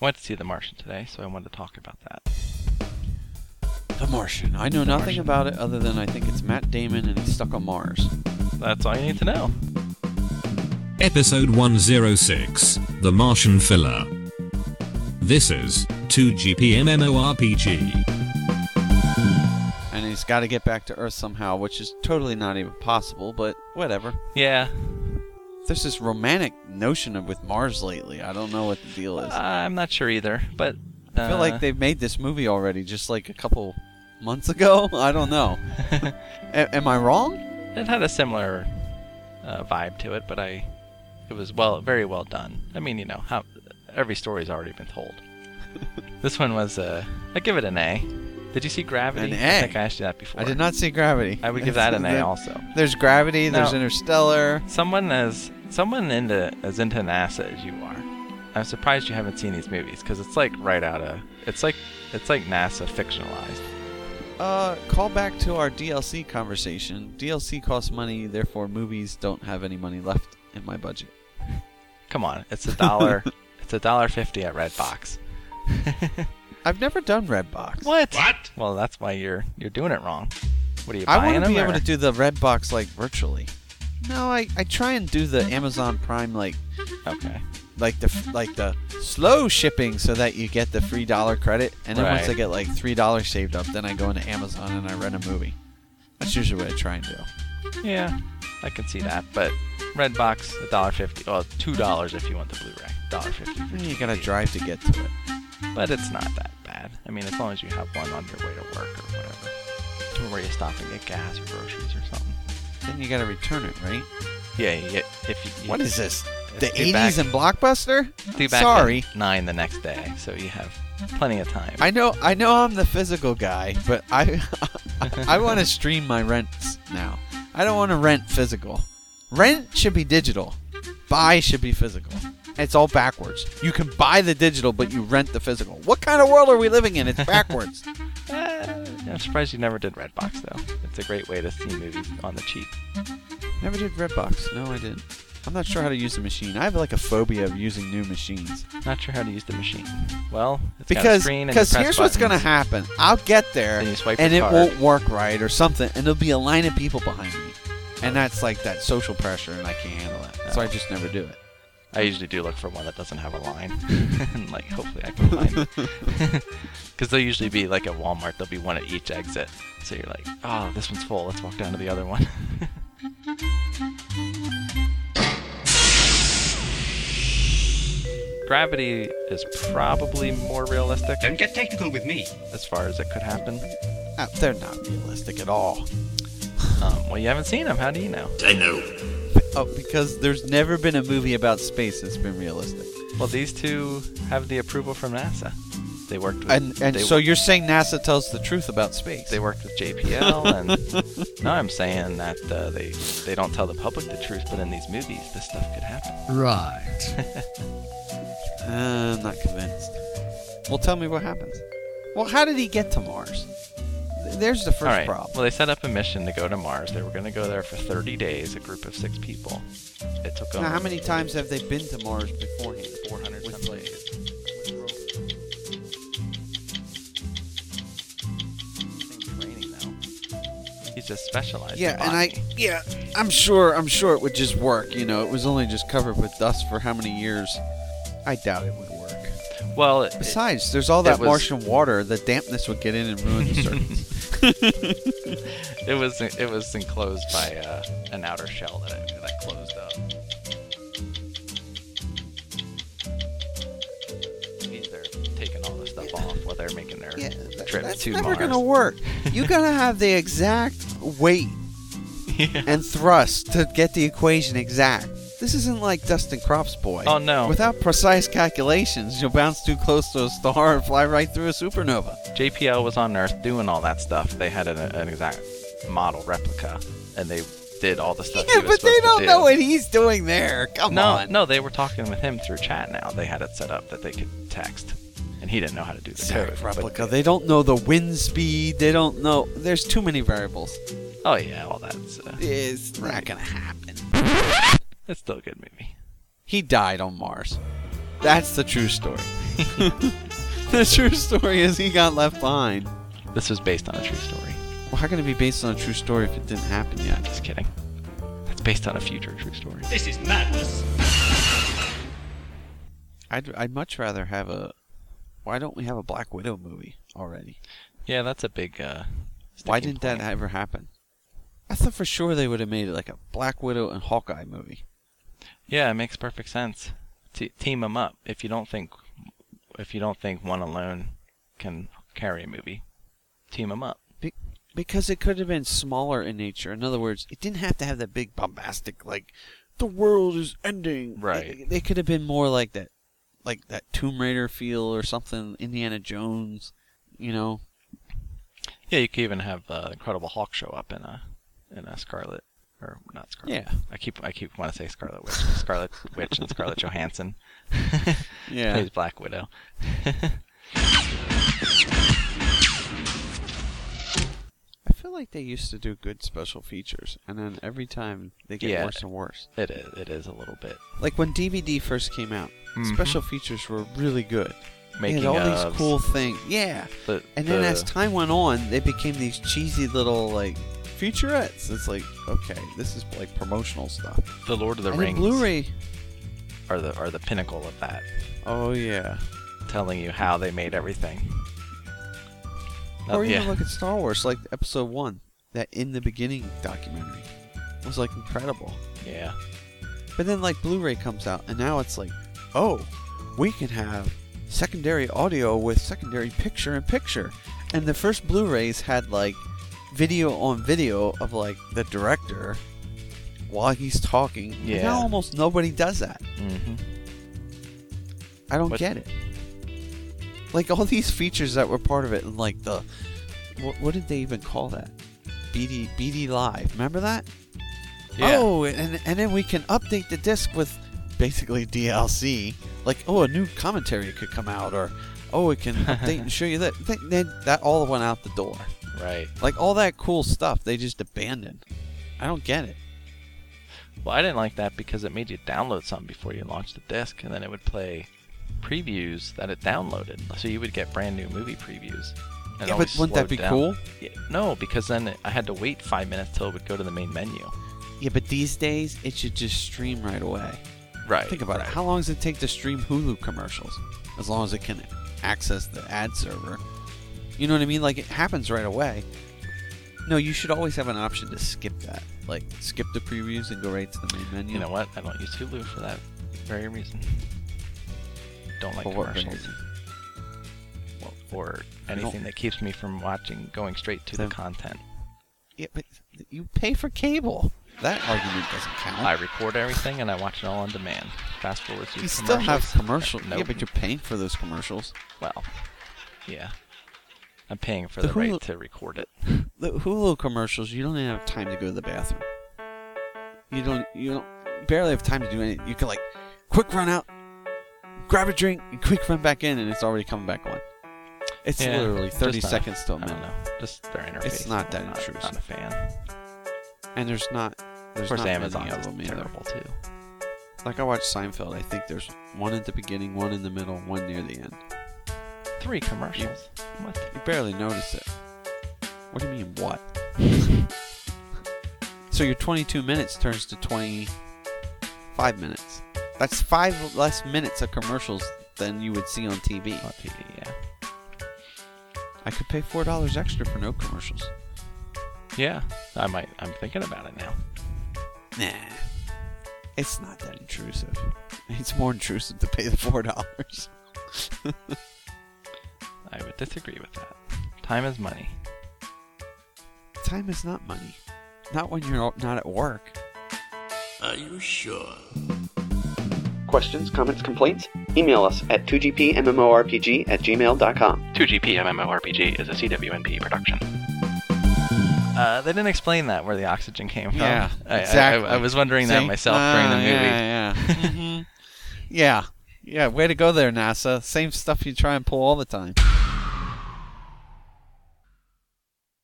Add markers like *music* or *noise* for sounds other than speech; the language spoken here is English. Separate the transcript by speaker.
Speaker 1: I went to see The Martian today, so I wanted to talk about that.
Speaker 2: The Martian. I know nothing about it other than I think it's Matt Damon and he's stuck on Mars.
Speaker 1: That's all you need to know.
Speaker 3: Episode 106 The Martian Filler. This is 2GPMMORPG.
Speaker 2: And he's got to get back to Earth somehow, which is totally not even possible, but whatever.
Speaker 1: Yeah,
Speaker 2: There's this romantic notion of with Mars lately. I don't know what the deal is.
Speaker 1: I'm not sure either, but uh,
Speaker 2: I feel like they've made this movie already just like a couple months ago. *laughs* I don't know. A- am I
Speaker 1: *laughs*
Speaker 2: wrong? *laughs*
Speaker 1: it had a similar uh, vibe to it, but I it was well very well done. I mean, you know, how every story's already been told. this one was uh, I give it an A. Did you see Gravity?
Speaker 2: An
Speaker 1: I
Speaker 2: A?
Speaker 1: think I asked you that before.
Speaker 2: I did not see Gravity.
Speaker 1: I would give
Speaker 2: *laughs*
Speaker 1: that an A also.
Speaker 2: There's Gravity, there's
Speaker 1: No.
Speaker 2: Interstellar.
Speaker 1: Someone as someone into as into NASA as you are, I'm surprised you haven't seen these movies because it's like right out of it's like it's like NASA fictionalized.
Speaker 2: Uh, call back to our DLC conversation. DLC costs money, therefore movies don't have any money left in my budget.
Speaker 1: Come on, it's a
Speaker 2: *laughs*
Speaker 1: dollar. it's a dollar fifty at *laughs* Redbox.
Speaker 2: I've never done Redbox.
Speaker 1: What? What? Well, that's why you're you're doing it wrong. What are you
Speaker 2: I
Speaker 1: buying
Speaker 2: want to
Speaker 1: them?
Speaker 2: be
Speaker 1: or-
Speaker 2: able to do the Redbox like virtually. No, I, I try and
Speaker 1: *laughs*
Speaker 2: do the Amazon Prime like
Speaker 1: okay.
Speaker 2: like the f- like the slow shipping so that you get the free dollar credit and then once
Speaker 1: Right.
Speaker 2: I get like three dollars saved up, then I go into Amazon and I rent a movie. That's usually what I try and do.
Speaker 1: Yeah, I can see that. But Redbox, a dollar fifty. Well, two dollars if you want the Blu-ray. Dollar fifty. for
Speaker 2: You
Speaker 1: DVD.
Speaker 2: gotta drive to get to it.
Speaker 1: But it's not that bad. I mean, as long as you have one on your way to work or whatever, or where you stop and get gas or groceries or something.
Speaker 2: Then you gotta return it, right?
Speaker 1: Yeah, you get, if you, you
Speaker 2: What is this? The
Speaker 1: Due back-
Speaker 2: 80s and Blockbuster?
Speaker 1: due back
Speaker 2: Sorry.
Speaker 1: at nine the next day, so you have plenty of time.
Speaker 2: I know I know I'm the physical guy, but I *laughs* I want to stream my rents now. I don't want to rent physical. Rent should be digital. Buy should be physical. It's all backwards. You can buy the digital, but you rent the physical. What kind of world are we
Speaker 1: *laughs*
Speaker 2: living in? It's backwards.
Speaker 1: Eh,
Speaker 2: Uh,
Speaker 1: I'm surprised you never did Redbox though. It's a great way to see movies on the cheap.
Speaker 2: Never did Redbox. No, I didn't. I'm not sure how to use the machine. I have like a phobia of using new machines.
Speaker 1: Not sure how to use the machine. Well, it's got a
Speaker 2: because
Speaker 1: screen and you
Speaker 2: because
Speaker 1: press
Speaker 2: here's what's gonna
Speaker 1: buttons.
Speaker 2: happen. I'll get there
Speaker 1: Then you swipe
Speaker 2: and
Speaker 1: your
Speaker 2: it
Speaker 1: card.
Speaker 2: won't work right or something, and there'll be a line of people behind me, and that's like that social pressure, and I can't handle it, so I just never do it.
Speaker 1: I usually do look for one that doesn't have a line, *laughs* and like hopefully I can find it. *laughs* Because they'll usually be like at Walmart, there'll be one at each exit. So you're like, oh, this one's full. Let's walk down to the other one. *laughs* Gravity is probably more realistic
Speaker 4: Don't get technical with me.
Speaker 1: as far as it could happen.
Speaker 2: Uh, they're not realistic at all.
Speaker 1: Um, well, you haven't seen them. How do you know?
Speaker 2: Oh, because there's never been a movie about space that's been realistic.
Speaker 1: Well, these two have the approval from NASA. They worked with
Speaker 2: And and
Speaker 1: they,
Speaker 2: so you're saying NASA tells the truth about space?
Speaker 1: they worked with
Speaker 2: *laughs*
Speaker 1: JPL, and no, I'm saying that uh, they they don't tell the public the truth, but in these movies, this stuff could happen.
Speaker 5: Right.
Speaker 2: Uh, I'm not convinced. Well, tell me what happens. Well, how did he get to Mars? Th- There's the first
Speaker 1: All right.
Speaker 2: problem.
Speaker 1: Well, they set up a mission to go to Mars. They were going to go there for 30 days. A group of six people. It took them
Speaker 2: Now, how many times have they been to Mars beforehand?
Speaker 1: 400
Speaker 2: With,
Speaker 1: some
Speaker 2: like,
Speaker 1: days. Things raining now. He's just specialized.
Speaker 2: Yeah,
Speaker 1: in
Speaker 2: and I
Speaker 1: botany.
Speaker 2: yeah, I'm sure I'm sure it would just work. You know, it was only just covered with dust for how many years? I doubt it would work.
Speaker 1: well, it-
Speaker 2: Besides, there's all
Speaker 1: it
Speaker 2: that
Speaker 1: was-
Speaker 2: Martian water. The dampness would get in and ruin the
Speaker 1: *laughs*
Speaker 2: surface.
Speaker 1: it was it was enclosed by uh, an outer shell that it, that closed up. Means they're taking all the stuff off while they're making their
Speaker 2: yeah,
Speaker 1: trip
Speaker 2: that's
Speaker 1: to
Speaker 2: never
Speaker 1: Mars. *laughs*
Speaker 2: gonna work. You gotta have the exact weight
Speaker 1: Yeah. *laughs*
Speaker 2: and thrust to get the equation exact. This isn't like Dustin Crops boy.
Speaker 1: Oh, no.
Speaker 2: Without precise calculations, you'll bounce too close to a star and fly right through a supernova.
Speaker 1: JPL was on Earth doing all that stuff. They had an, an exact model replica, and they did all the stuff. he
Speaker 2: Yeah,
Speaker 1: was
Speaker 2: but they
Speaker 1: supposed to
Speaker 2: don't
Speaker 1: do.
Speaker 2: know what he's doing there. Come
Speaker 1: No,
Speaker 2: on.
Speaker 1: no, they were talking with him through chat. Now they had it set up that they could text, and he didn't know how to do the code. but-
Speaker 2: Exact replica. They don't know the wind speed. They don't know. There's too many variables.
Speaker 1: oh yeah, all that's uh,
Speaker 2: It's not gonna happen.
Speaker 1: it's still a good movie.
Speaker 2: He died on Mars. That's the true story. *laughs* the true story is he got left behind.
Speaker 1: This was based on a true story.
Speaker 2: Well, how can it be based on a true story if it didn't happen yet?
Speaker 1: Just kidding. That's based on a future true story.
Speaker 4: This is madness.
Speaker 2: I'd, I'd much rather have a. Why don't we have a Black Widow movie already?
Speaker 1: Yeah, that's a big. Uh,
Speaker 2: Why
Speaker 1: sticking
Speaker 2: didn't that
Speaker 1: point.
Speaker 2: ever happen? I thought for sure they would have made it like a Black Widow and Hawkeye movie.
Speaker 1: Yeah, it makes perfect sense. T- team them up. If you don't think, if you don't think one alone can carry a movie, team them up.
Speaker 2: Be- because it could have been smaller in nature. In other words, it didn't have to have that big bombastic like the world is ending.
Speaker 1: Right.
Speaker 2: It, they could have been more like that, like that Tomb Raider feel or something. Indiana Jones, you know.
Speaker 1: Yeah, you could even have uh, Incredible Hulk show up in a in a Scarlet or not Scarlet.
Speaker 2: Yeah.
Speaker 1: I keep I keep want to say Scarlet Witch, Scarlet *laughs* Witch, and Scarlett Johansson *laughs*
Speaker 2: Yeah.
Speaker 1: plays Black Widow. *laughs*
Speaker 2: I feel like they used to do good special features, and then every time they get
Speaker 1: Yeah.
Speaker 2: worse and worse.
Speaker 1: It is it is a little bit
Speaker 2: Like when DVD first came out,
Speaker 1: Mhm.
Speaker 2: special features were really good.
Speaker 1: making
Speaker 2: they had all
Speaker 1: ofs,
Speaker 2: these cool things. Yeah.
Speaker 1: the-
Speaker 2: And then
Speaker 1: the-
Speaker 2: as time went on, they became these cheesy little like featurettes. It's like, okay, this is like promotional stuff.
Speaker 1: the Lord of the
Speaker 2: and then
Speaker 1: Rings
Speaker 2: Blu-ray.
Speaker 1: are the are the pinnacle of that.
Speaker 2: Oh yeah.
Speaker 1: telling you how they made everything. Oh,
Speaker 2: or even
Speaker 1: yeah.
Speaker 2: look at Star Wars, like Episode One, that in the beginning documentary was like incredible.
Speaker 1: yeah.
Speaker 2: But then like Blu-ray comes out, and now it's like, oh, we can have secondary audio with secondary picture in picture. And the first Blu-rays had like video on video of like the director while he's talking. And
Speaker 1: Yeah.
Speaker 2: now almost nobody does that.
Speaker 1: hmm
Speaker 2: I don't
Speaker 1: But-
Speaker 2: Mm-hmm. get it. Like all these features that were part of it, and like the what, what did they even call that? BD BD Live. Remember that?
Speaker 1: Yeah.
Speaker 2: Oh, and and then we can update the disc with basically DLC. Like, oh, a new commentary could come out, or oh, it can
Speaker 1: *laughs*
Speaker 2: update and show you that. Th- Then that all went out the door.
Speaker 1: Right.
Speaker 2: Like all that cool stuff, they just abandoned. I don't get it.
Speaker 1: Well, I didn't like that because it made you download something before you launched the disc, and then it would play previews that it downloaded. So you would get brand new movie previews. and it
Speaker 2: yeah, but
Speaker 1: always
Speaker 2: wouldn't that
Speaker 1: slowed
Speaker 2: be
Speaker 1: down.
Speaker 2: cool?
Speaker 1: Yeah, no, because then I had to wait five minutes till it would go to the main menu.
Speaker 2: Yeah, but these days it should just stream right away.
Speaker 1: Right.
Speaker 2: Think about it. How long does it take to stream Hulu commercials? As long as it can access the ad server. You know what I mean? Like it happens right away. No, you should always have an option to skip that. Like skip the previews and go right to the main menu.
Speaker 1: You know what? I don't use Hulu for that very reason. Don't like
Speaker 2: For what
Speaker 1: commercials.
Speaker 2: reason?
Speaker 1: Well, or anything that keeps me from watching, going straight to the
Speaker 2: Then-
Speaker 1: content.
Speaker 2: Yeah, but you pay for cable. That argument doesn't count.
Speaker 1: I record everything and I watch it all on demand. Fast forward through
Speaker 2: you still have commercials.
Speaker 1: No,
Speaker 2: Yeah, but you're paying for those commercials.
Speaker 1: well, yeah. I'm paying for the,
Speaker 2: The
Speaker 1: right
Speaker 2: Hulu-
Speaker 1: to record it.
Speaker 2: The Hulu commercials, you don't even have time to go to the bathroom. You don't. You don't you barely have time to do anything. You can like quick run out, grab a drink, and quick run back in, and it's already coming back on. It's
Speaker 1: Yeah,
Speaker 2: literally 30
Speaker 1: just not-
Speaker 2: seconds to a
Speaker 1: I don't
Speaker 2: minute,
Speaker 1: know. Just their interface.
Speaker 2: not that
Speaker 1: I'm
Speaker 2: intrusive.
Speaker 1: Not a fan.
Speaker 2: and there's not.
Speaker 1: Of
Speaker 2: There's
Speaker 1: course,
Speaker 2: not many
Speaker 1: Amazon
Speaker 2: of
Speaker 1: is
Speaker 2: them either.
Speaker 1: terrible too.
Speaker 2: Like I watched Seinfeld. I think there's one at the beginning, one in the middle, one near the end.
Speaker 1: Three commercials. What?
Speaker 2: You barely notice it. What do you mean, what? so your 22 minutes turns to 25 minutes. That's five less minutes of commercials than you would see on TV.
Speaker 1: On TV, yeah.
Speaker 2: I could pay $4 extra for no commercials.
Speaker 1: Yeah, I might. I'm thinking about it now.
Speaker 2: Nah. It's not that intrusive. It's more intrusive to pay the *laughs* $4.
Speaker 1: I would disagree with that. Time is money.
Speaker 2: Time is not money. Not when you're not at work.
Speaker 4: Are you sure?
Speaker 5: Questions, comments, complaints? Email us at 2gpmmorpg at gmail.com.
Speaker 1: 2GP MMORPG is a CWNP production. Uh, they didn't explain that where the oxygen came from.
Speaker 2: Yeah,
Speaker 1: I, I-
Speaker 2: exactly.
Speaker 1: I, I was wondering that
Speaker 2: See?
Speaker 1: myself
Speaker 2: Ah,
Speaker 1: during the movie.
Speaker 2: Yeah,
Speaker 1: *laughs*
Speaker 2: Mm-hmm. yeah. Mhm. yeah, yeah. Way to go there, NASA. Same stuff you try and pull all the time.